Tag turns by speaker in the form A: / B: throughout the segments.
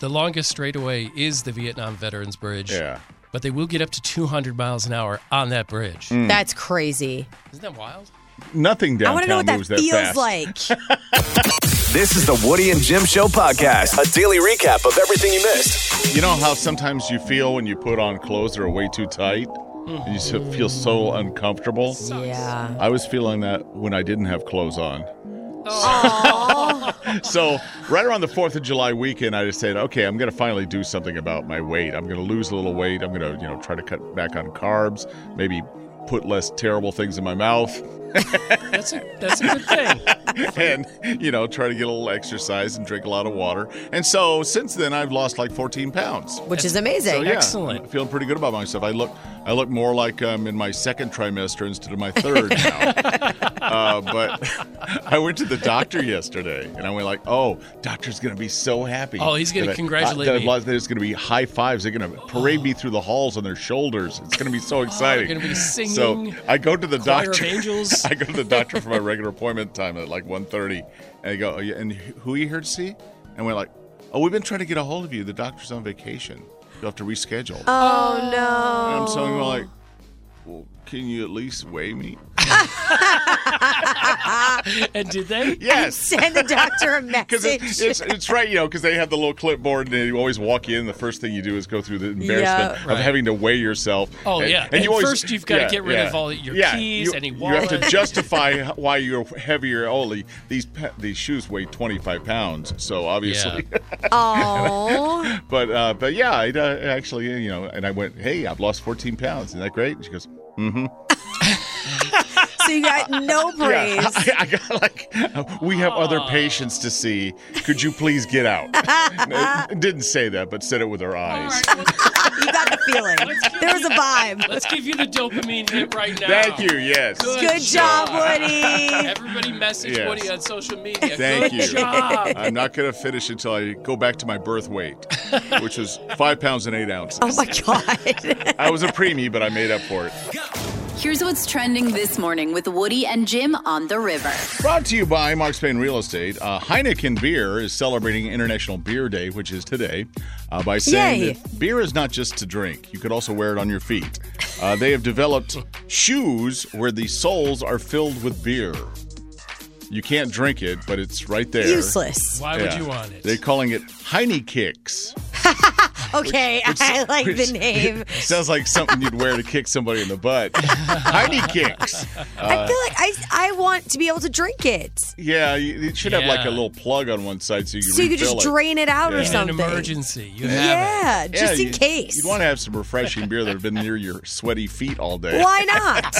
A: The longest straightaway is the Vietnam Veterans Bridge.
B: Yeah.
A: But they will get up to 200 miles an hour on that bridge.
B: Mm. Hmm.
C: That's crazy.
A: Isn't that wild?
B: Nothing
C: I
B: downtown
C: want to know what that
B: moves
C: feels
B: fast.
C: like.
D: This is the Woody and Jim Show podcast, a daily recap of everything you missed.
B: You know how sometimes you feel when you put on clothes that are way too tight? You s- feel so uncomfortable.
C: yeah.
B: I was feeling that when I didn't have clothes on. so right around the 4th of July weekend, I just said, okay, I'm going to finally do something about my weight. I'm going to lose a little weight. I'm going to, you know, try to cut back on carbs, maybe put less terrible things in my mouth
A: That's a, that's a good thing.
B: and, you know, try to get a little exercise and drink a lot of water. And so since then, I've lost like 14 pounds.
C: Which is amazing.
B: So, yeah,
A: Excellent.
B: I'm feeling pretty good about myself. I look, I look more like I'm in my second trimester instead of my third now. uh, but I went to the doctor yesterday, and I went like, "Oh, doctor's gonna be so happy.
A: Oh, he's gonna
B: That I-
A: congratulate
B: that I
A: me. Oh.
B: lost- There's gonna be high fives. They're gonna parade me through the halls on their shoulders. It's gonna be so exciting.
A: gonna be
B: So
A: singing,
B: I go to the
A: choir of
B: doctor.
A: angels.
B: I go to the doctor for my regular appointment time at like 1.30. and I go, "Oh, yeah, "And who are you here to see?" And we're like, "Oh, we've been trying to get a hold of you. The doctor's on vacation. You'll have to reschedule."
C: Oh, no.
B: And I'm telling him like, well, can you at least weigh me?
A: And did they?
B: Yes.
C: Send the doctor a
B: Because
C: message.
B: it's, it's, it's right, you know, because they have the little clipboard and you always walk in. The first thing you do is go through the embarrassment
A: Right.
B: of having to weigh yourself.
A: Oh, yeah. And first you've gotta get rid of all your
B: yeah,
A: keys,
B: you,
A: any
B: You have
A: wallet.
B: to justify why you're heavier. Only these pa- these shoes weigh 25 pounds, so obviously.
C: oh.
B: But uh, but yeah, I uh, actually you know, and I went, hey, I've lost 14 pounds. Isn't that great? And she goes,
C: So you got no praise.
B: Yeah, I, I got like, we have other patients to see. Could you please get out? It didn't say that, but said it with her eyes.
C: You got the feeling. There was a vibe.
A: Let's give you the dopamine hit right now.
B: Thank you. Yes.
C: Good job, Woody.
A: Everybody message
B: Yes.
A: Woody on social media.
B: Thank
A: good
B: you.
A: job.
B: I'm not going to finish until I go back to my birth weight, which was five pounds and eight ounces.
C: Oh my God.
B: I was a preemie, but I made up for it.
E: Here's what's trending this morning with Woody and Jim on the river.
B: Brought to you by Mark Spain Real Estate. Uh, Heineken Beer is celebrating International Beer Day, which is today, uh, by saying
C: Yay.
B: that beer is not just to drink. You could also wear it on your feet. Uh, they have developed shoes where the soles are filled with beer. You can't drink it, but it's right there.
C: Useless.
A: Why would
B: Yeah.
A: you want it?
B: They're calling it Heine Kicks.
C: Okay, I like the name.
B: Sounds like something you'd wear to kick somebody in the butt. Heine Kicks. uh,
C: I feel like I I want to be able to drink it.
B: Yeah, you, it should have like a
A: Yeah.
B: little plug on one side so you can
C: So you could
B: refill
C: just
B: it.
C: drain it out
B: Yeah. In an
C: or
A: an
C: something.
A: emergency. You have it.
C: Yeah, just
B: Yeah,
C: in
B: you-
C: case.
B: You'd want to have some refreshing beer that have been near your sweaty feet all day.
C: Why not?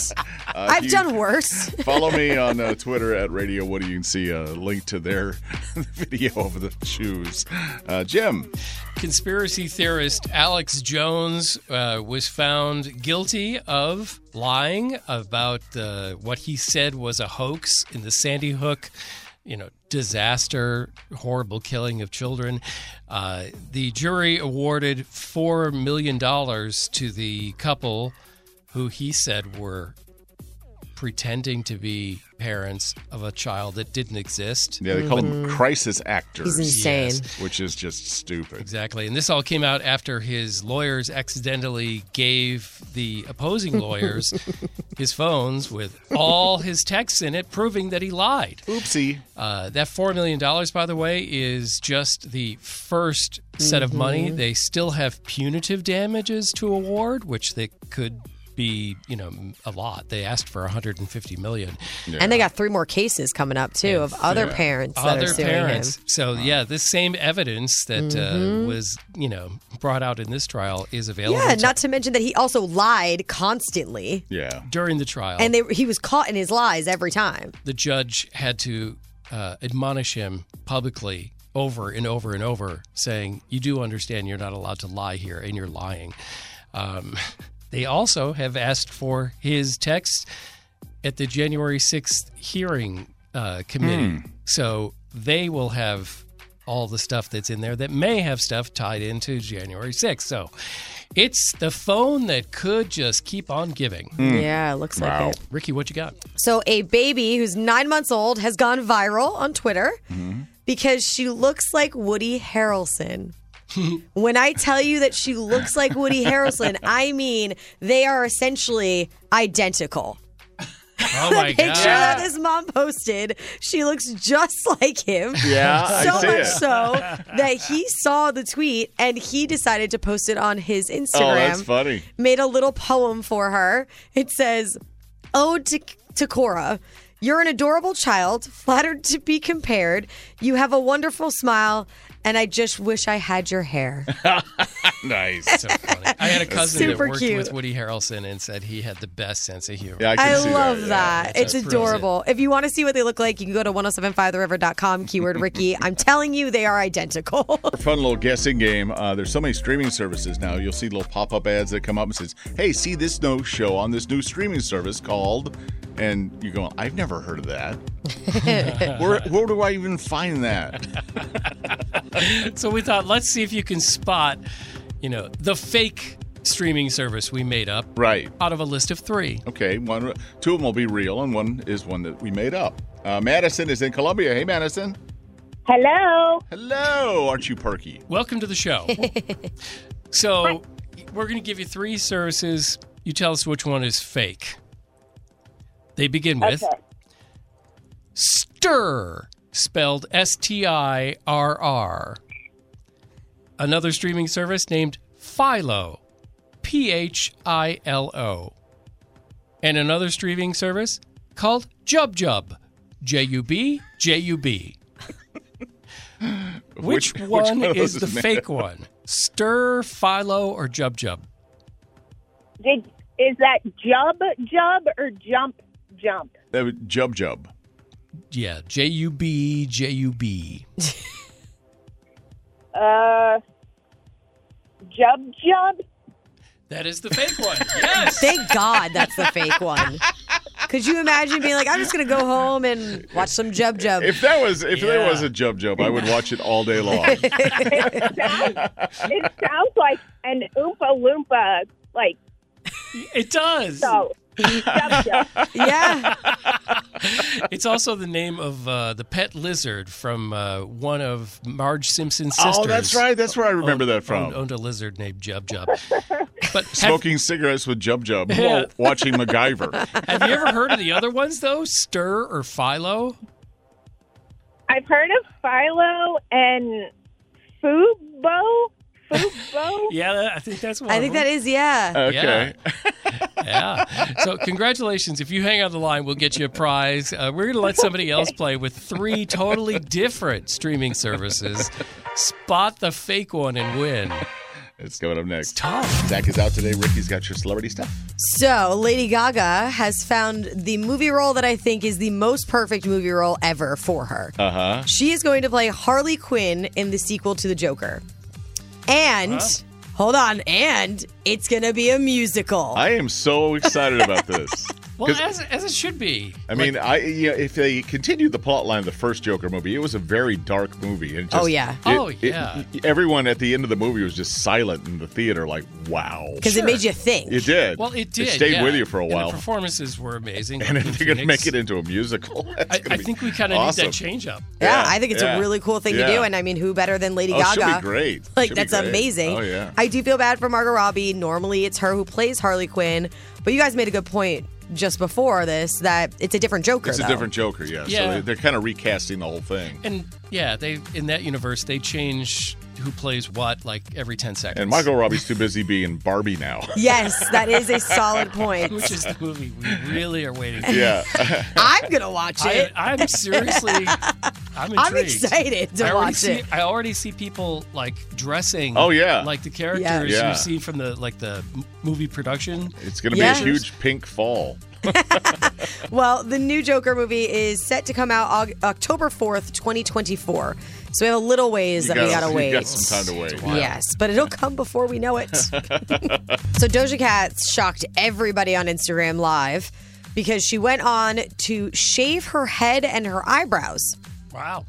C: I've
B: Uh, you-
C: done worse.
B: Follow me on uh, Twitter at Radio What Do You can see a link to their video of the shoes. Uh, Jim,
A: Conspiracy theorist Alex Jones uh, was found guilty of lying about uh, what he said was a hoax in the Sandy Hook, you know, disaster, horrible killing of children. Uh, the jury awarded $4 million to the couple who he said were pretending to be parents of a child that didn't exist.
B: Yeah, they call them crisis actors,
C: Mm-hmm. He's insane.
B: which is just stupid.
A: Exactly. And this all came out after his lawyers accidentally gave the opposing lawyers his phones with all his texts in it, proving that he lied.
B: Oopsie.
A: Uh, that $4 million, by the way, is just the first set of money.
C: Mm-hmm.
A: They still have punitive damages to award, which they could be, you know, a lot. They asked for 150 million.
C: And they got three more cases coming up too of other parents that are
A: other
C: suing
A: parents.
C: him.
A: So yeah, this same evidence that uh, was you know brought out in this trial is available.
C: Mm-hmm. Yeah,
A: to-
C: not to mention that he also lied constantly,
B: Yeah.
A: during the trial,
C: and they, he was caught in his lies every time.
A: the judge had to uh, admonish him publicly over and over and over, saying, "You do understand you're not allowed to lie here, and you're lying." Um, they also have asked for his text at the January 6th hearing uh, committee. So they will have all the stuff that's in there that may have stuff tied into January 6th. So it's the phone that could just keep on giving.
C: Yeah, it looks
B: Wow.
C: like it.
A: Ricky, what you got?
C: So a baby who's nine months old has gone viral on Twitter
A: Mm-hmm.
C: because she looks like Woody Harrelson. when I tell you that she looks like Woody Harrelson, I mean they are essentially identical.
A: Oh my
C: Picture that
A: God.
C: his mom posted. She looks just like him.
B: Yeah, I
C: So
B: see
C: much
B: it.
C: so that he saw the tweet and he decided to post it on his Instagram
B: Oh, that's funny.
C: made a little poem for her. It says, Ode to, to Cora. You're an adorable child, flattered to be compared. You have a wonderful smile, and I just wish I had your hair.
B: Nice.
A: So funny. I had a cousin that
C: super
A: worked
C: cute.
A: with Woody Harrelson and said he had the best sense of humor.
B: Yeah, I, can
C: I
B: see
C: love
B: that.
C: that.
B: yeah.
C: It's
A: That proves
C: adorable. If you want to see what they look like, you can go to 1075theriver.com, keyword Ricky. I'm telling you, they are identical.
B: Fun little guessing game. Uh, there's so many streaming services now. You'll see little pop-up ads that come up and says, "Hey, see this no show on this new streaming service called," and you're going, "I've never heard of that. where, where do I even find that?"
A: So we thought, let's see if you can spot, you know, the fake streaming service we made up
B: Right.
A: out of a list of three.
B: Okay. One, two of them will be real, and one is one that we made up. Uh, Madison is in Columbia. Hey, Madison.
F: Hello.
B: Hello. Aren't you perky?
A: Welcome to the show. so we're going to give you three services. You tell us which one is fake. They begin with
F: Okay.
A: Stir, spelled S T I R R. Another streaming service named Philo, P H I L O. And another streaming service called Jub Jub, J U B J U B. Which one
B: of
A: is
B: those
A: the
B: made
A: fake one? Stir, Philo, or Jub Jub?
F: Did, is that Jub Jub or Jump Jump?
B: up? That would- Jub Jub.
A: Yeah, J U B J U B.
F: Uh, Jub Jub?
A: That is the fake one. Yes.
C: Thank God that's the fake one. Could you imagine being like, I'm just going to go home and watch some Jub Jub?
B: If that was if there
A: Yeah.
B: was a Jub Jub, I would watch it all day long. Oh,
F: It sounds like an Oompa Loompa, like,
A: it does.
F: so. Jub Jub.
C: yeah.
A: It's also the name of uh, the pet lizard from uh, one of Marge Simpson's sisters. Oh,
B: Oh, that's right. That's where I remember that from.
A: Owned, owned a lizard named Jub Jub. But have,
B: Smoking cigarettes with Jub Jub
A: Yeah.
B: while watching MacGyver.
A: have you ever heard of the other ones though? Stir or Philo?
F: I've heard of Philo and Fubo. Fubo?
A: Yeah, I think that's one.
C: I think that is, yeah.
B: Okay.
A: Yeah. So, congratulations. If you hang on the line, we'll get you a prize. Uh, we're going to let somebody else play with three totally different streaming services. Spot the fake one and win.
B: It's coming up next.
A: Tough.
B: Zach is out today. Ricky's got your celebrity stuff.
C: So, Lady Gaga has found the movie role that I think is the most perfect movie role ever for her. Uh
B: Uh-huh.
C: huh. She is going to play Harley Quinn in the sequel to The Joker. And, hold on, and it's going to be a musical.
B: I am so excited about this.
A: Well, as, as it should be.
B: I mean, I yeah, if they continued the plot line of the first Joker movie, it was a very dark movie. And just,
C: Oh, yeah.
A: Oh,
B: it-
A: yeah.
B: it- everyone at the end of the movie was just silent in the theater, like wow.
C: because it made you think.
B: It did.
A: Well, it did.
B: It stayed
A: yeah.
B: with you for a
A: And
B: while.
A: the performances were amazing.
B: and if
A: Joaquin
B: they're going to
A: Phoenix.
B: make it into a musical, that's
A: I,
B: gonna
A: I
B: be
A: think we kind of
B: awesome.
A: need that change up.
C: Yeah,
B: Yeah,
C: I think it's
B: yeah,
C: a really cool thing to
B: yeah.
C: do. And I mean, who better than Lady
B: Oh, she'll be
C: Gaga?
B: great.
C: Like
B: She'll be
C: that's
B: great.
C: amazing.
B: Oh, yeah.
C: I do feel bad for Margot Robbie. Normally, it's her who plays Harley Quinn, but you guys made a good point just before this that it's a different Joker.
B: It's a
C: though.
B: different Joker, yeah. So
A: Yeah.
B: they- they're kind of recasting the whole thing.
A: And yeah, they in that universe they change who plays what like every ten seconds.
B: And Margot Robbie's too busy being Barbie now.
C: Yes, that is a solid point.
A: which is the movie we really are waiting for.
B: yeah.
C: I'm gonna watch
A: I,
C: it.
A: I'm seriously, I'm intrigued.
C: I'm excited to
A: I already
C: watch
A: see,
C: it.
A: I already see people like dressing.
B: Oh, yeah.
A: like the characters
B: Yeah.
A: you see from the like the m- movie production.
B: It's going to
C: Yeah.
B: be a huge pink fall.
C: Well, the new Joker movie is set to come out Aug- October 4th, 2024. So we have a little ways that we gotta
B: you
C: wait.
B: got some time to wait.
C: Yes, but it'll come before we know it. so Doja Cat shocked everybody on Instagram Live because she went on to shave her head and her eyebrows.
A: Wow.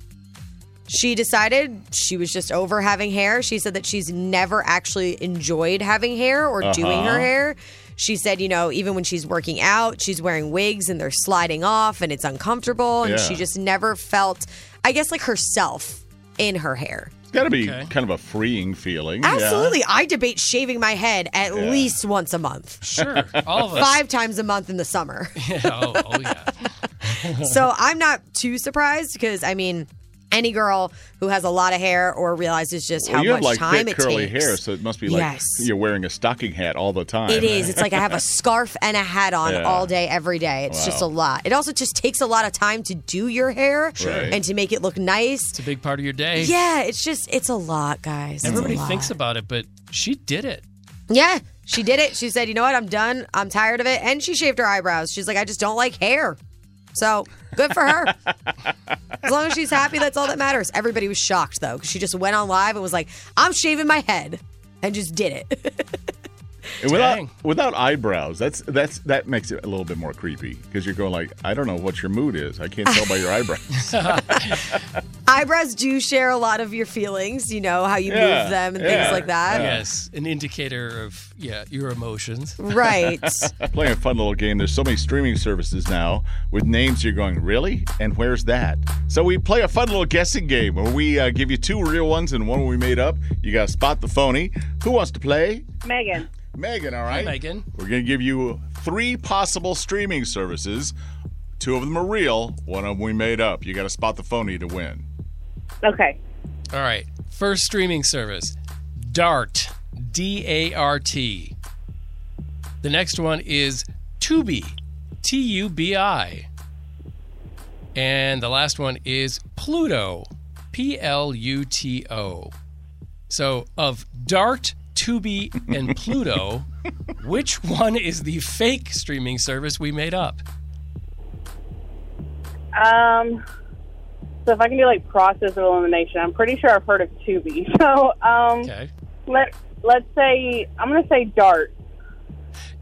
C: She decided she was just over having hair. She said that she's never actually enjoyed having hair or doing her hair. She said, you know, even when she's working out, she's wearing wigs and they're sliding off and it's uncomfortable. And
B: Yeah.
C: she just never felt, I guess, like herself in her hair.
B: It's got to be
A: Okay.
B: kind of a freeing feeling. yeah.
C: Absolutely. I debate shaving my head at least once a month,
A: Sure. All of us.
C: five times a month in the summer.
A: Yeah, oh, oh yeah.
C: so I'm not too surprised because, I mean, any girl who has a lot of hair or realizes just
B: Well,
C: how
B: you
C: much
B: have like
C: time
B: thick
C: it
B: curly
C: takes.
B: hair, so it must be like
C: Yes.
B: you're wearing a stocking hat all the time.
C: It is. It's like I have a scarf and a hat on
B: Yeah.
C: all day, every day. It's just a lot. It also just takes a lot of time to do your hair
B: Right.
C: and to make it look nice.
A: It's a big part of your day.
C: Yeah, it's just it's a lot, guys. It's a
A: Everybody
C: lot.
A: thinks about it, but she did it.
C: Yeah, she did it. She said, "You know what? I'm done. I'm tired of it." And she shaved her eyebrows. She's like, "I just don't like hair." So good for her. as long as she's happy, that's all that matters. Everybody was shocked though, because she just went on live and was like, "I'm shaving my head," and just did it.
B: And without
A: Dang.
B: without eyebrows, that's that's that makes it a little bit more creepy because you're going like, I don't know what your mood is. I can't tell by your eyebrows.
C: eyebrows do share a lot of your feelings. You know how you
B: Yeah,
C: move them and
B: yeah,
C: things like that.
A: Yes, an indicator of yeah your emotions.
C: Right.
B: Playing a fun little game. There's so many streaming services now with names you're going, really? And where's that? So we play a fun little guessing game where we uh, give you two real ones and one we made up. You got to spot the phony. Who wants to play?
F: Megan.
B: Megan, all right?
A: Megan.
B: We're going to give you three possible streaming services. Two of them are real, one of them we made up. You got to spot the phony to win.
F: Okay.
A: All right. First streaming service, Dart, D A R T. The next one is Tubi, T U B I. And the last one is Pluto, P L U T O. So, of Dart, Tubi, and Pluto, which one is the fake streaming service we made up?
F: Um, so if I can do like process of elimination, I'm pretty sure I've heard of Tubi. So um,
A: Okay.
F: let let's say I'm gonna say Dart.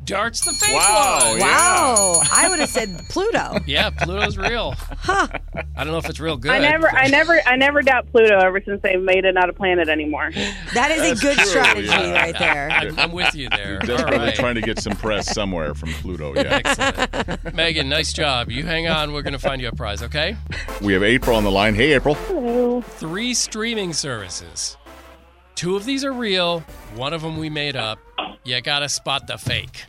A: Dart's the fake
B: Wow,
A: one.
B: yeah.
C: Wow. I would have said Pluto.
A: Yeah, Pluto's real. I don't know if it's real good.
F: I never,
A: but-
F: I never, I never doubt Pluto ever since they made it not a planet anymore.
C: That is a good
B: true,
C: strategy
B: yeah.
C: right there.
A: I'm, I'm with you there. All
B: Desperately
A: right.
B: trying to get some press somewhere from Pluto. Yeah.
A: Excellent. Megan, nice job. You hang on. We're going to find you a prize, okay?
B: we have April on the line. Hey, April.
A: Three streaming services. Two of these are real, one of them we made up. You got to spot the fake.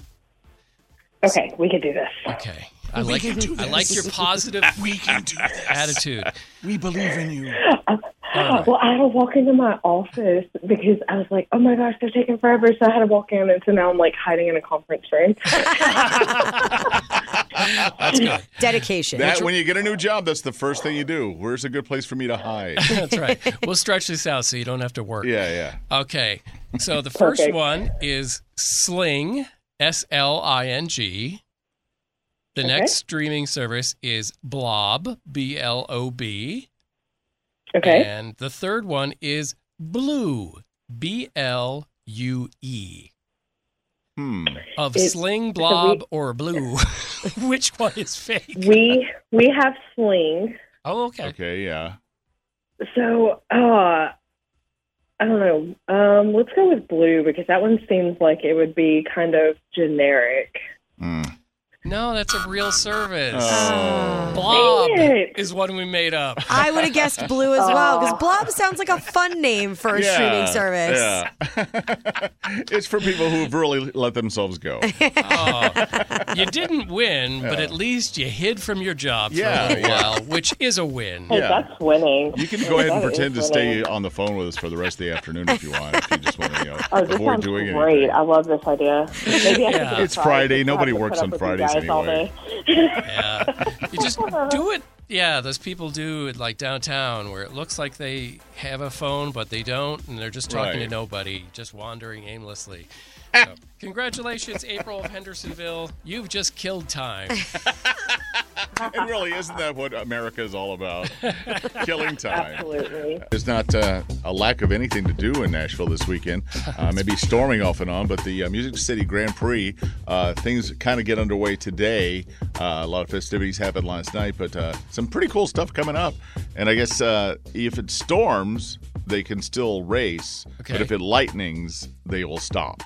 F: Okay, we could do this.
A: Okay. I like I like your positive we can do this. attitude.
B: We believe in you.
G: Oh, Well, I had to walk into my office because I was like, oh my gosh, they're taking forever. So I had to walk in, and so now I'm like hiding in a conference room.
A: That's good.
C: Dedication.
B: That when you get a new job, that's the first thing you do. Where's a good place for me to hide?
A: That's right. We'll stretch this out so you don't have to work.
B: yeah, yeah.
A: Okay. So the first
G: Perfect.
A: one is Sling, S L I N G. The next streaming service is Blob, B L O B.
G: Okay.
A: And the third one is Blue, B L U E.
B: Hmm.
A: Of
G: It's-
A: sling,
G: so
A: blob,
G: we-
A: or blue? Which one is fake?
G: We we have sling.
A: Oh, okay.
B: Okay. Yeah.
G: So uh I don't know. Um let's go with blue because that one seems like it would be kind of generic.
B: Hmm.
A: No, that's a real service.
B: Oh.
A: blob
G: Dang it.
A: is one we made up.
C: I would have guessed blue as well
A: Oh.
C: because blob sounds like a fun name for a streaming service.
B: Yeah. it's for people who've really let themselves go.
A: You didn't win, but at least you hid from your job for
B: Yeah,
A: a little
B: yeah.
A: while, which is a win.
G: Hey,
B: Yeah.
G: that's winning.
B: You can go ahead and
G: That is
B: pretend to stay
G: winning.
B: on the phone with us for the rest of the afternoon if you want. If you just want to you know,
G: Oh, this
B: avoid
G: sounds
B: doing
G: great.
B: anything.
G: I love this idea. Maybe I should
A: Yeah.
G: get
B: It's
G: five
B: Friday.
G: just to
B: Nobody
G: have to
B: works on
G: put up with you
B: Fridays
G: guys all
B: anyway.
G: day.
A: Yeah. You just do it. Yeah, those people do it like downtown where it looks like they have a phone, but they don't, and they're just talking to
B: Right. Ah.
A: nobody, just wandering aimlessly. So, congratulations, April of Hendersonville. You've just killed time.
B: And really, isn't that what America is all about? Killing time.
G: Absolutely.
B: There's not uh, a lack of anything to do in Nashville this weekend. Uh, maybe storming off and on, but the uh, Music City Grand Prix, uh, things kind of get underway today. Uh, a lot of festivities happened last night, but uh, some pretty cool stuff coming up. And I guess uh, if it storms, they can still race,
A: Okay.
B: but if it lightnings, they will stop.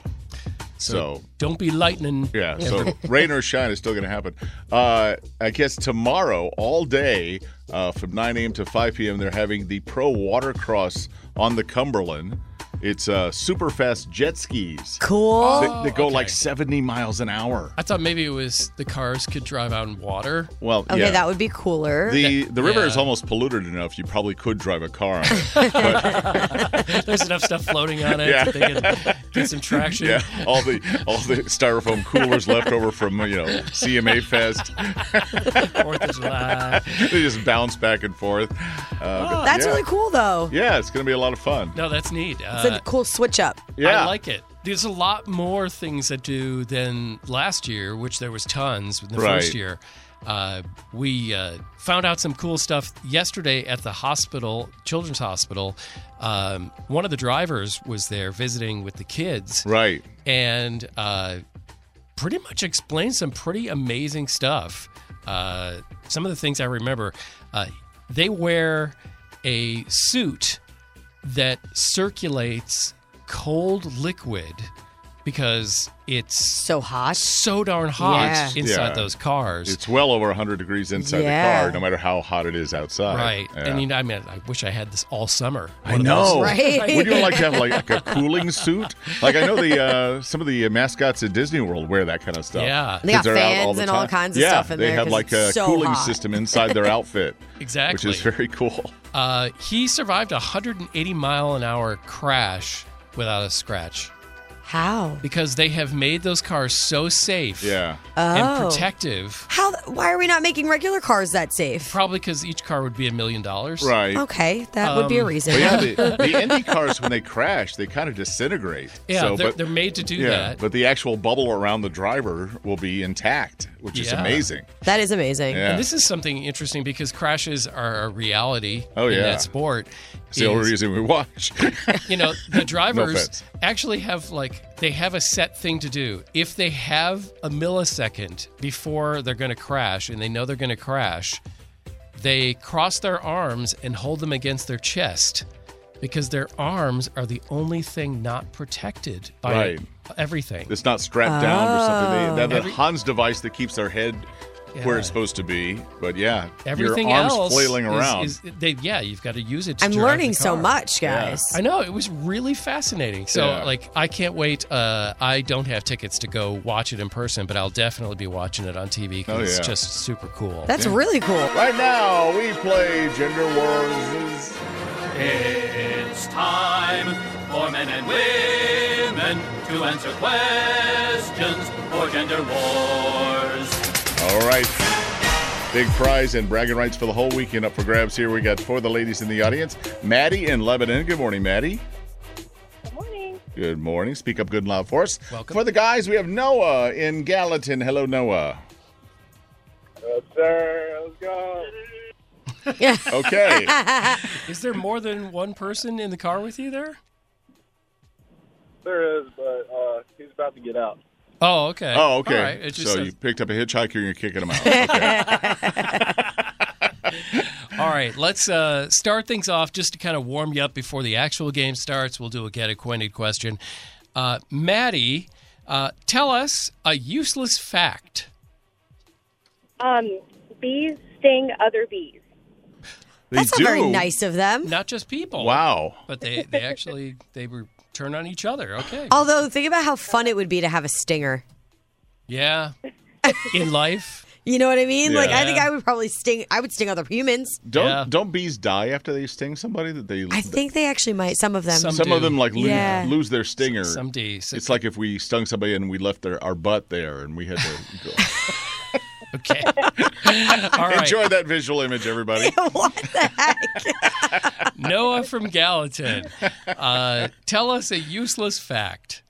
B: so
A: Don't be lightning.
B: yeah, so rain or shine is still going to happen. Uh, I guess tomorrow, all day, uh, from 9 a.m. to 5 p.m., they're having the Pro Water Cross on the Cumberland. It's uh, super fast jet skis.
C: Cool.
B: They, they go
A: okay.
B: like 70 miles an hour.
A: I thought maybe it was the cars could drive on water.
B: Well,
C: Okay,
B: yeah.
C: that would be cooler.
B: the, the river is
A: Yeah.
B: almost polluted enough you probably could drive a car on it.
A: There's enough stuff floating on it
B: Yeah.
A: that they can get some traction.
B: yeah, all the all the styrofoam coolers left over from you know CMA Fest,
A: Fourth of July.
B: they just bounce back and forth. Uh,
A: Ah.
B: but
C: That's
B: yeah.
C: really cool though.
B: Yeah, it's going to be a lot of fun.
A: No, that's neat. Uh,
C: It's a cool switch up.
B: Yeah.
A: I like it. There's a lot more things that do than last year, which there was tons in the
B: Right.
A: first year. Uh, we uh, found out some cool stuff yesterday at the hospital, children's hospital. Um, one of the drivers was there visiting with the kids,
B: Right.
A: and uh, pretty much explained some pretty amazing stuff. Uh, some of the things I remember, uh, they wear a suit that circulates cold liquid because it's
C: So hot.
A: so darn hot
C: Yeah.
A: inside
B: Yeah.
A: those cars.
B: It's well over 100 degrees inside
C: Yeah.
B: the car, no matter how hot it is outside.
A: right.
B: Yeah.
A: I mean, I mean, I wish I had this all summer.
B: I know.
C: Right.
B: Would you like to have like, like a cooling suit? Like I know the uh, some of the mascots at Disney World wear that kind of stuff.
A: Yeah.
C: They got
B: Kids are out
C: fans and all
B: time.
C: kinds of
B: Yeah,
C: stuff in
B: they
C: there
B: have
C: 'cause
B: like
C: it's
B: a
C: so
B: cooling
C: hot.
B: system inside their outfit, which
A: Exactly.
B: is very cool.
A: Uh, he survived a 180 mile an hour crash without a scratch
C: How?
A: because they have made those cars so safe
B: Yeah.
A: and
C: Oh.
A: protective.
C: How? Why are we not making regular cars that safe?
A: Probably because each car would be a million dollars.
B: Right.
C: Okay, that would
A: Um,
C: be a reason.
B: But yeah, the, the Indy cars when they crash, they kind of disintegrate.
A: Yeah,
B: So,
A: they're,
B: but-
A: they're made to do
B: yeah,
A: that.
B: but the actual bubble around the driver will be intact, which is
A: Yeah.
B: amazing.
C: That is amazing.
B: Yeah.
A: And this is something interesting because crashes are a reality
B: Oh,
A: in
B: yeah.
A: that sport.
B: It's the only
A: is,
B: reason we watch.
A: you know, the drivers
B: offense.
A: actually have like they have a set thing to do. If they have a millisecond before they're going to crash and they know they're going to crash, they cross their arms and hold them against their chest because their arms are the only thing not protected by
B: Right.
A: everything.
B: it's not strapped down or something. They, they have
A: Every-
B: that Hans device that keeps their head
A: Yeah.
B: where it's supposed to be. But yeah,
A: everything
B: your arms
A: else
B: flailing
A: is-
B: around.
A: is- they, yeah, you've got to use it. To
C: I'm
A: drive the
C: learning so
A: car.
C: much, guys.
A: I know it was really fascinating. So
B: Yeah.
A: like I can't wait. Uh, I don't have tickets to go watch it in person, but I'll definitely be watching it on TV because
B: Oh, yeah.
A: it's just super cool.
C: That's really cool.
B: right now, we play Gender Wars.
H: It's time for men and women to answer questions for gender wars.
B: All right. Big prize and bragging rights for the whole weekend up for grabs here. We got four of the ladies in the audience. Maddie in Lebanon. Good morning, Maddie.
G: Good morning.
B: Good morning. Speak up good and loud for us.
A: Welcome.
B: For the guys, we have Noah in Gallatin. Hello, Noah.
C: Yeah.
B: Okay.
A: Is there more than one person in the car with you there?
H: There is, but uh, he's about to get out.
A: Oh, okay.
B: Oh, okay.
A: All right. It just
B: so
A: says-
B: you picked up a hitchhiker and you're kicking him out. Okay.
A: All right, let's uh, start things off just to kind of warm you up before the actual game starts. We'll do a get acquainted question. Uh, Maddie, uh, tell us a useless fact.
I: Um, bees sting other bees.
B: They do.
C: of them.
A: Not just people.
B: Wow.
A: But they, they actually they were turn on each other. Okay.
C: Although, think about how fun it would be to have a stinger.
A: Yeah. In life.
C: You know what I mean? Like, I think
B: Yeah.
C: I would probably sting. I would sting other humans.
B: Don't don't bees die after they sting somebody? That they
C: I think they actually might. Some of them.
B: some, of them like lose,
C: Yeah.
B: lose their stinger. Some
A: do.
B: It's like if we stung somebody and we left their, our butt there and we had to go. okay.
A: All right.
B: Enjoy that visual image, everybody.
A: Noah from Gallatin, uh, tell us a useless fact.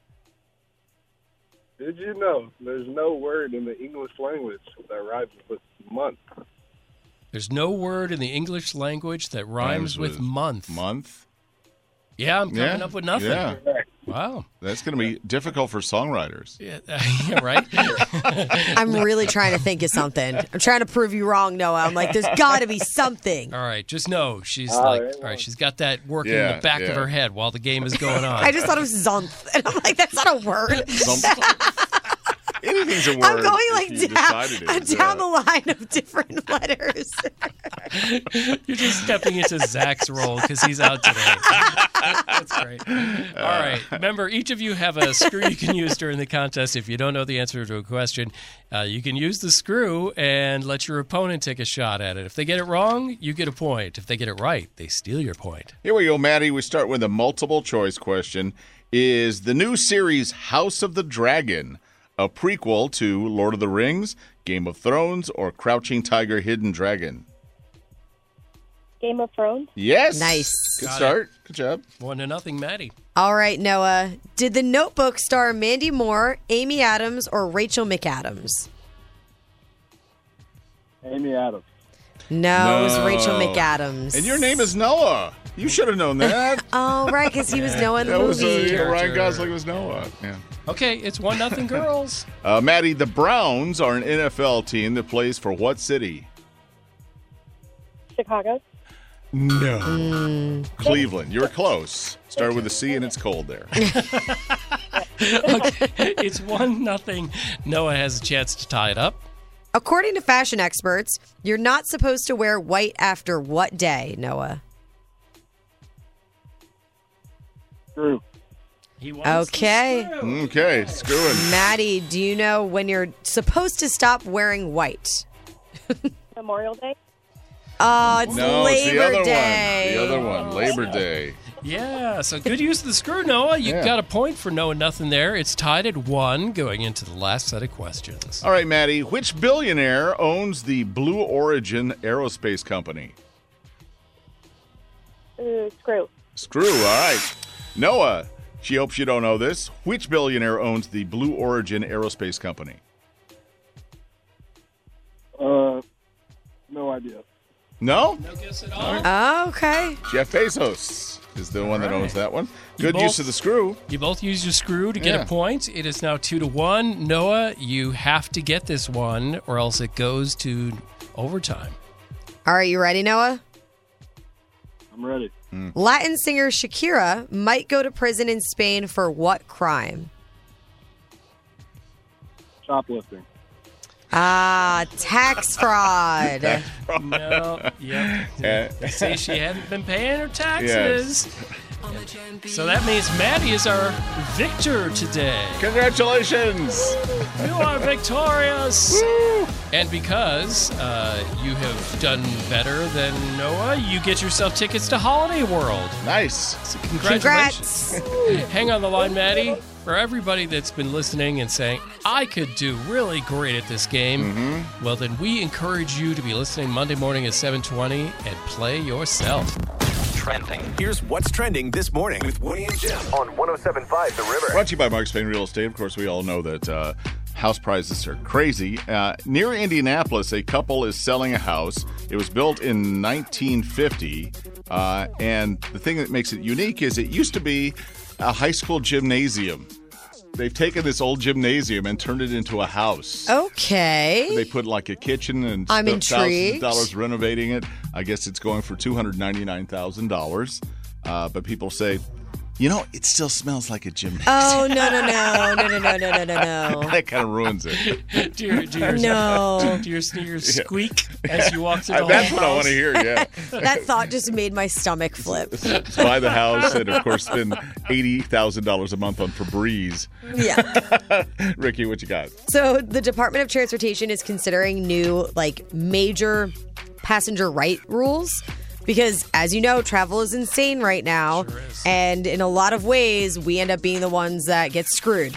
J: Did you know there's no word in the English language that rhymes with month?
A: There's no word in the English language that rhymes, with, month.
B: Month?
A: Yeah, I'm coming
B: Yeah.
A: up with nothing.
B: Yeah.
A: Wow.
B: That's going to be difficult for songwriters.
A: Yeah, yeah, right?
C: I'm really trying to think of something. I'm trying to prove you wrong, Noah. I'm like, there's got to be something.
A: All right, just know she's
C: All
A: like,
C: right,
A: all right, she's got that working in
B: Yeah,
A: the back
B: yeah.
A: of her head while the game is going on.
C: I just thought it was zonth, and I'm like, that's not a word.
B: Anything's a word.
C: I'm going
B: if you
C: like down,
B: decided it
C: I'm
B: was, uh,
C: down the line of different letters.
A: You're just stepping into Zach's role because he's out today. That's great. All right. Remember, each of you have a screw you can use during the contest. If you don't know the answer to a question, uh, you can use the screw and let your opponent take a shot at it. If they get it wrong, you get a point. If they get it right, they steal your point.
B: Here we go, Maddie. We start with a multiple choice question. Is the new series House of the Dragon a prequel to Lord of the Rings, Game of Thrones, or Crouching Tiger, Hidden Dragon?
I: Game of Thrones.
B: Yes.
C: Nice.
B: Good
A: Got it.
B: start. Good job.
A: One to nothing, Maddie.
C: All right, Noah. Did the Notebook star Mandy Moore, Amy Adams, or Rachel McAdams?
J: Amy Adams.
C: No, it was Rachel
B: No.
C: McAdams.
B: And your name is Noah. You should have known that.
C: Oh, right, because he was Noah in the
B: That was, uh,
C: movie.
B: yeah, Ryan Gosling was Noah. Yeah.
A: Okay, it's one nothing, girls.
B: Uh, Maddie, the Browns are an NFL team that plays for what city?
I: Chicago.
B: No. Cleveland. You're close. Started with a C and it's cold there.
A: okay, it's one nothing. Noah has a chance to tie it up.
C: According to fashion experts, you're not supposed to wear white after what day, Noah?
J: True.
A: He
C: Okay.
B: Okay, screwing.
C: Maddie, do you know when you're supposed to stop wearing white?
I: Memorial Day.
C: Oh, it's
B: no, it's the
C: Labor
B: other
C: Day.
B: one. The other one, Labor Day.
A: Yeah, so good use of the screw, Noah. You
B: Yeah.
A: got a point for knowing nothing there. It's tied at one going into the last set of questions.
B: All right, Maddie, which billionaire owns the Blue Origin Aerospace Company?
I: Ooh, screw.
B: Screw, all right. Noah, she hopes you don't know this. Which billionaire owns the Blue Origin Aerospace Company?
J: Uh, no idea.
B: No?
A: guess at
C: okay.
B: Jeff Bezos is the one that owns that one.
A: You
B: Good
A: both-
B: use of the screw.
A: You both used your screw to get
B: Yeah.
A: a point. It is now two to one. Noah, you have to get this one or else it goes to overtime.
C: All right, you ready, Noah? Hmm.
J: I'm ready.
C: Latin singer Shakira might go to prison in Spain for what crime?
J: Shoplifting.
C: Ah, tax fraud.
A: no, yep.
B: Yeah.
A: They say she hadn't been paying her taxes. So that means Maddie is our victor today.
B: Congratulations!
A: You are victorious! And because uh, you have done better than Noah, you get yourself tickets to Holiday World.
B: Nice.
A: So congratulations. Hang on the line, Maddie. For everybody that's been listening and saying, I could do really great at this game,
B: Mm-hmm.
A: well, then we encourage you to be listening Monday morning at 720 and play yourself.
D: Trending. Here's what's trending this morning with Woody and Jim on 107.5 The River.
B: Brought to you by Mark Spain Real Estate. Of course, we all know that uh, house prices are crazy. Uh, near Indianapolis, a couple is selling a house. It was built in 1950. Uh, and the thing that makes it unique is it used to be a high school gymnasium. They've taken this old gymnasium and turned it into a house.
C: Okay.
B: They put like a kitchen and
C: Oh, I'm
B: spent thousands of
C: intrigued.
B: dollars renovating it. I guess it's going for two hundred ninety nine thousand dollars. Uh, but people say, you know, it still smells like a gymnasium.
C: Oh no no no no no no no no no no.
B: that kind of ruins it.
A: do your, do your,
C: No.
A: do your sneakers
B: Yeah.
A: squeak as you walk through
B: Uh,
A: the
B: that's
A: whole
B: what I want
A: house?
B: to hear. Yeah,
C: that thought just made my stomach flip.
B: buy the house and of course spend eighty thousand dollars a month on Febreze. Yeah, Ricky, what you got?
C: So the Department of Transportation is considering new like major passenger right rules because as you know travel is insane right now and in a lot of ways we end up being the ones that get screwed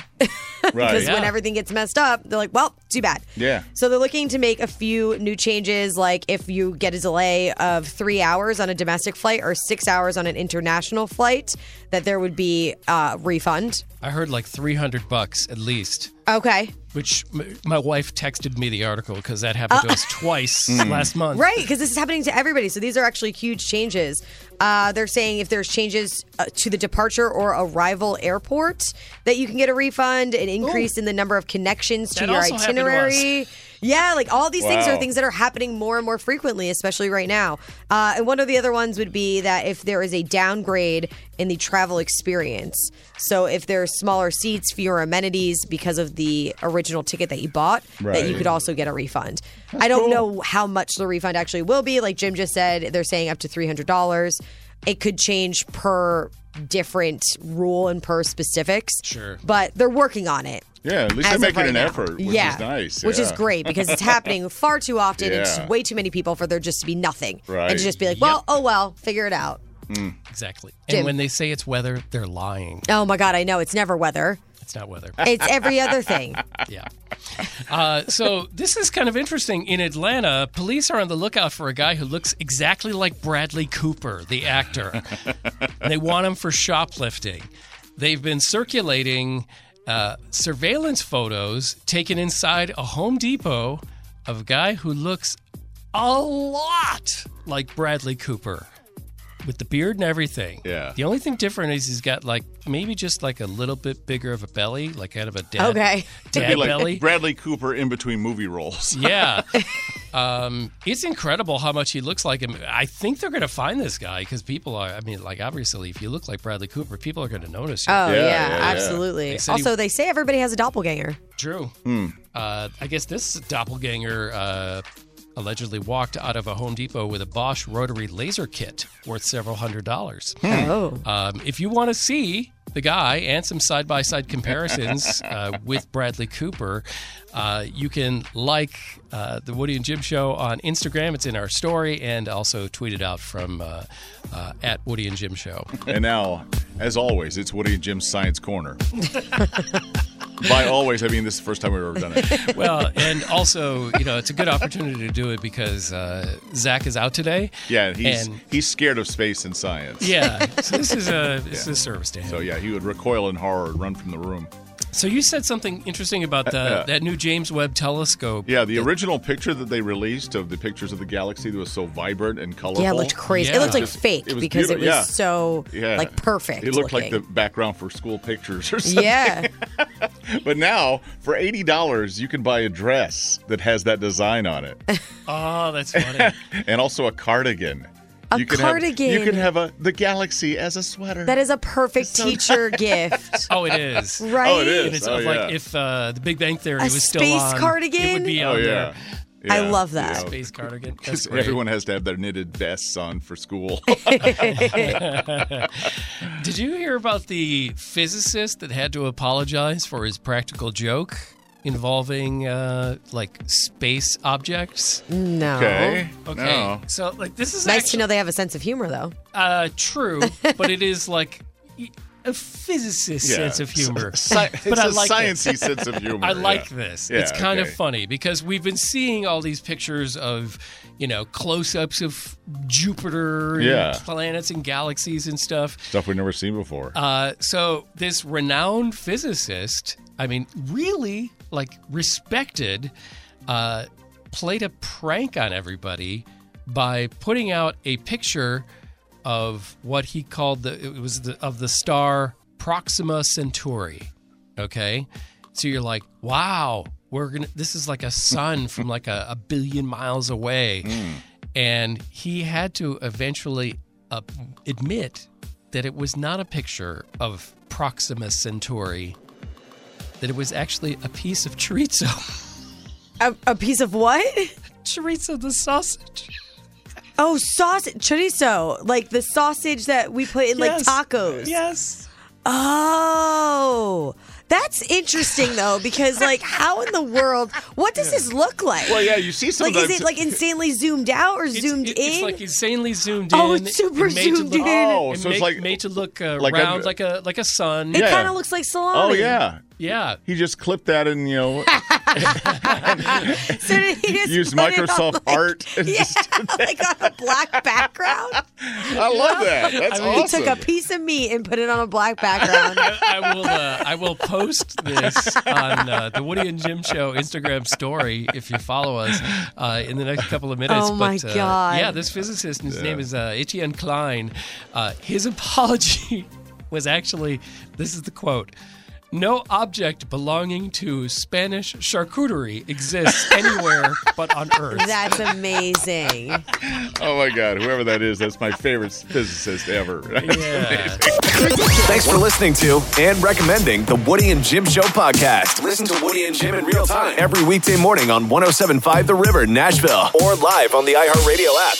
C: because when everything gets messed up they're like well too bad
B: Yeah.
C: So they're looking to make a few new changes, like if you get a delay of three hours on a domestic flight or six hours on an international flight, that there would be uh, refund.
A: I heard like 300 bucks at least.
C: Okay.
A: Which m- my wife texted me the article because that happened to
C: Uh,
A: us twice
B: Mm.
A: last month.
C: Right, because this is happening to everybody. So these are actually huge changes. Uh, they're saying if there's changes uh, to the departure or arrival airport, that you can get a refund, an increase in the number of connections to
K: That
C: your
K: also happened to
C: itinerary. yeah, like all these things are
K: Wow.
C: things that are happening more and more frequently, especially right now. Uh, and one of the other ones would be that if there is a downgrade in the travel experience, so if there are smaller seats, fewer amenities because of the original ticket that you bought, that you
K: Right.
C: could also get a refund. I don't know how much the refund actually will be. Like Jim just said, they're saying up to $300. It could change per different rule and per specifics.
B: Sure.
C: But they're working on it.
B: Yeah, at least
C: As
B: they're
C: of
B: making
C: right
B: an
C: now.
B: effort, which
C: yeah.
B: is nice.
C: Which is
B: yeah.
C: great because it's happening far too often and
B: Yeah.
C: to way too many people for there just to be nothing. And
A: Right.
C: to just be like, well, oh well, figure it out.
A: Exactly.
C: Jim.
A: And when they say it's weather, they're lying.
C: Oh my God, I know. It's never weather.
A: It's not weather.
C: It's every other thing.
A: yeah. Uh, so this is kind of interesting. In Atlanta, police are on the lookout for a guy who looks exactly like Bradley Cooper, the actor. they want him for shoplifting. They've been circulating uh, surveillance photos taken inside a Home Depot of a guy who looks a lot like Bradley Cooper. With the beard and everything. Yeah. The only thing different is he's got like maybe just like a little bit bigger of a belly, like kind of a dad,
B: It'd be
A: dad
B: like
A: belly.
B: Bradley Cooper in between movie roles.
A: Yeah. um, it's incredible how much he looks like him. I think they're going to find this guy because people are, I mean, like, obviously, if you look like Bradley Cooper, people are going to notice you.
C: Oh yeah, absolutely.
A: said he-
C: also, they say everybody has a doppelganger.
A: True. Uh, I guess this doppelganger uh, allegedly walked out of a Home Depot with a Bosch rotary laser kit worth several hundred dollars.
C: Oh.
A: Um, if you want to see the guy and some side by side comparisons uh, with Bradley Cooper, uh, you can like uh, the Woody and Jim Show on Instagram. It's in our story and also tweet it out from uh, uh, at Woody and Jim Show.
B: And now, as always, it's Woody and Jim's Science Corner. By always, I mean this is the first time we've ever done it.
A: well, and also, you know, it's a good opportunity to do it because uh, Zach is out today.
B: Yeah, he's
A: And-
B: he's scared of space and science.
A: Yeah, so this is a this is a service to him.
B: So yeah, he would recoil in horror and run from the room.
A: So you said something interesting about the,
B: Uh, yeah.
A: that new James Webb telescope.
B: Yeah, the original picture that they released of the pictures of the galaxy that was so vibrant and colorful.
C: Yeah, it looked crazy. It looked like
B: Just-
C: fake
B: was
C: because it was
B: beautiful. Yeah.
C: so
B: Yeah.
C: like perfect.
B: It looked like
C: looking.
B: the background for school pictures or something.
C: Yeah.
B: But now, for eighty dollars, you can buy a dress that has that design on it,
A: Oh, that's funny.
B: and also a cardigan.
C: A
B: you can
C: cardigan.
B: Have, you can have a the galaxy as a sweater.
C: That is a perfect teacher gift.
A: Oh, it is.
C: Right? Oh, it is.
A: And it's
B: Oh,
A: of
B: yeah.
A: like if uh, the Big Bang Theory
C: A
A: was still
C: space
A: on, It
C: cardigan?
A: would be
B: Oh,
A: on
B: yeah.
A: there.
C: I love that.
A: Space cardigan. That's
B: Because
A: great.
B: everyone has to have their knitted vests on for school.
C: Oh,
A: Did you hear about the physicist that had to apologize for his practical joke involving uh, like space objects?
C: No. Okay.
A: Oh, Okay.
C: No.
A: So like this is
C: nice
A: actually,
C: to know they have a sense of humor, though.
A: Uh, true, but it is like a physicist
B: Yeah.
A: sense of humor.
B: Sci- it's
A: but I
B: a
A: like
B: sciencey
A: this.
B: sense of humor,
A: I like
B: yeah.
A: this.
B: Yeah,
A: it's kind
B: okay.
A: of funny because we've been seeing all these pictures of, you know, close-ups of Jupiter, and
B: Yeah.
A: planets and galaxies and stuff.
B: Stuff we've never seen before.
A: Uh, so this renowned physicist, I mean, really like respected, uh, played a prank on everybody by putting out a picture of what he called the it was the, of the star Proxima Centauri. Okay. So you're like, wow, we're going to, this is like a sun from like a, a billion miles away. And he had to eventually uh, admit that it was not a picture of Proxima Centauri, that it was actually a piece of chorizo.
C: A, a piece of what?
A: Chorizo, the sausage.
C: Oh, sausage. Chorizo, like the sausage that we put in
A: Yes.
C: like tacos.
A: Yes.
C: Oh, that's interesting though, because like, how in the world? What does this look like?
B: Well, yeah, you see
C: Like, is
B: sometimes-
C: it like insanely zoomed out or zoomed
A: it-
C: in?
A: It's like insanely zoomed in.
C: Oh, it's super
A: and made to
C: zoomed
A: look-
C: in. Oh,
A: and
B: so it's
A: make-
B: like-
A: made to look uh,
B: like a-
A: round, like a like a sun.
B: It Yeah.
C: kind of looks like salami.
B: Oh yeah,
A: yeah.
B: He just clipped that and you know
C: So did he just
B: used
C: put it on,
B: Microsoft Art.
C: Yeah, like on a black background.
B: I love that. That's
C: I mean,
B: awesome.
C: He took a piece of meat and put it on a black background.
A: I will. Uh, I will post this on uh, the Woody and Jim Show Instagram story if you follow us uh, in the next couple of minutes.
C: Oh, my
A: but, uh,
C: God.
A: Yeah, this physicist, his
C: Yeah.
A: name is uh, Etienne Klein. Uh, his apology was actually this is the quote. No object belonging to Spanish charcuterie exists anywhere but on Earth.
C: That's amazing.
B: oh my god, whoever that is, that's my favorite physicist ever.
A: Yeah.
D: Thanks for listening to and recommending the Woody and Jim Show podcast. Listen to Woody and Jim in real time every weekday morning on 1075 The River, Nashville, or live on the iHeartRadio app.